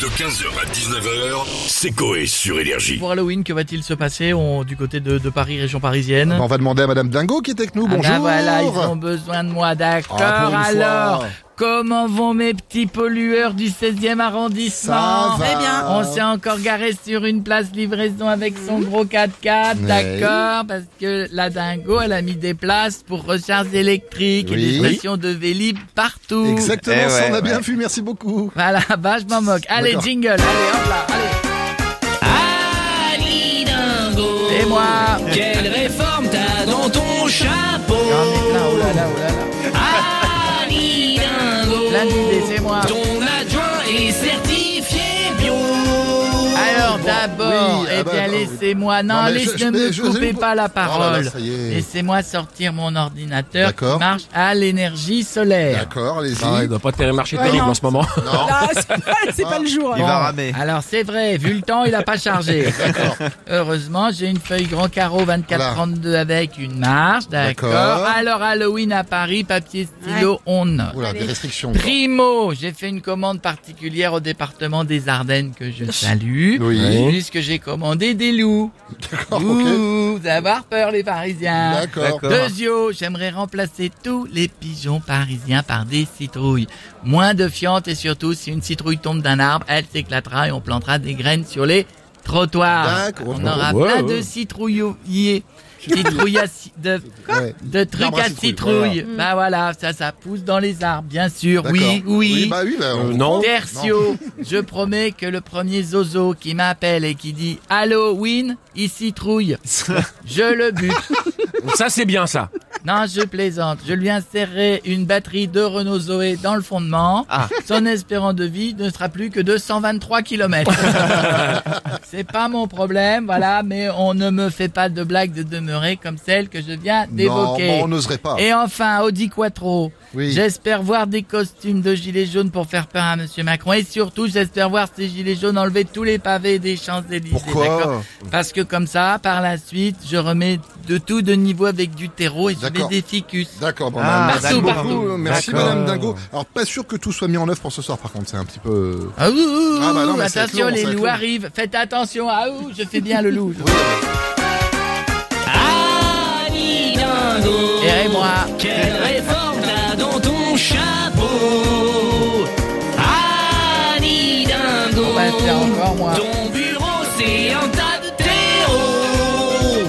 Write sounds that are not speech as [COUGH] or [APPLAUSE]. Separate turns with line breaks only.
De 15h à 19h, c'est Coé sur Énergie.
Pour Halloween, que va-t-il se passer on, du côté de, de Paris, région parisienne
On va demander à Madame Dingo qui est avec nous.
Mmh. Ah bah
Ah bah, Bonjour.
voilà, ils ont besoin de moi, d'accord.
Ah, pour une
alors,
fois.
comment vont mes petits pollueurs du 16e arrondissement
Ça va. Très bien.
On s'est encore garé sur une place livraison avec son gros 4x4,
Mm. Oui.
d'accord Parce que la dingo, elle a mis des places pour recharges électriques et
Oui.
des stations de Vélib partout.
Exactement,
Eh
ça, on a
ouais,
bien
ouais.
vu, merci beaucoup.
Voilà, [LAUGHS] bah je m'en moque. Allez,
D'accord.
jingle, allez, hop là, allez.
Ali Dingo,
Et moi
quelle réforme t'as dans ton chapeau
Là, oh là là, oh là là.
Ali Dingo,
Plein d'idées, c'est moi.
ton adjoint est certifié bio.
Alors d'abord,
oui,
eh
ah bah,
bien
bah,
laissez-moi, non,
Non, mais
laisse,
je-
ne
je-
me
je-
coupez
je-
pas la
Oh là
parole.
là, ça y est.
Laissez-moi sortir mon ordinateur qui
D'accord.
marche à l'énergie solaire.
D'accord, allez-y.
Ah, il doit pas terrible marcher
Ouais,
terrible
non.
en ce moment.
Là, c'est pas, c'est pas le jour.
Il va ramer.
Alors c'est vrai, vu le temps, il a pas
[LAUGHS]
chargé. Heureusement, j'ai une feuille grand carreau 24-32 avec une marge, d'accord.
D'accord.
Alors Halloween à Paris, papier stylo, on note.
Oula, des restrictions.
Primo, j'ai fait une commande particulière au département des Ardennes que je salue,
Oui.
puisque j'ai commandé des loups.
D'accord, ok.
Ouh, vous allez avoir peur les Parisiens.
D'accord.
Deuxio, j'aimerais remplacer tous les pigeons parisiens par des citrouilles. Moins de fientes et surtout, si une citrouille tombe d'un arbre, elle s'éclatera et on plantera des graines sur les trottoirs.
D'accord.
On aura
Ouais,
plein
ouais.
de citrouilliers. Citrouilles à ci- de,
Ouais.
de trucs
L'arbre à
à
citrouille,
citrouille. Bah voilà, ça, ça pousse dans les arbres, bien sûr.
D'accord.
Oui, oui.
bah oui, bah, on-
Euh, non.
Tertio, je promets que le premier zozo qui m'appelle et qui dit Halloween, il citrouille.
[LAUGHS]
Je le bute.
Ça, c'est bien, ça.
Non, je plaisante. Je lui insérerai une batterie de Renault Zoé dans le fondement. Son espérant de vie ne sera plus que de 123 km. C'est pas mon problème, voilà, mais on ne me fait pas de blague de demeurer comme celle que je viens
Non,
d'évoquer.
bon, on n'oserait pas.
Et enfin, Audi Quattro.
Oui.
J'espère voir des costumes de gilets jaunes pour faire peur à Monsieur Macron. Et surtout, j'espère voir ces gilets jaunes enlever tous les pavés des Champs-Élysées. d'accord
Pourquoi
Parce que comme ça, par la suite, je remets de tout de niveau avec du terreau et je mets
D'accord.
des ficus.
D'accord, bon,
Ah,
bah, merci
partout,
beaucoup.
partout.
Merci
D'accord.
Madame Dingo. Alors, pas sûr que tout soit mis en œuvre pour ce soir, par contre, c'est un petit peu...
Ah ouh, ouh,
Ah bah non,
ouh,
mais ça va être
attention,
long,
les
ça va être
loups
long.
arrivent. Faites attention. Ah ouh, je fais bien le loup.
Ali Dingo,
Et moi.
quelle réforme t'as dans ton chapeau. Ali Dingo,
On va le faire encore, moi.
ton bureau c'est un tas de terreau.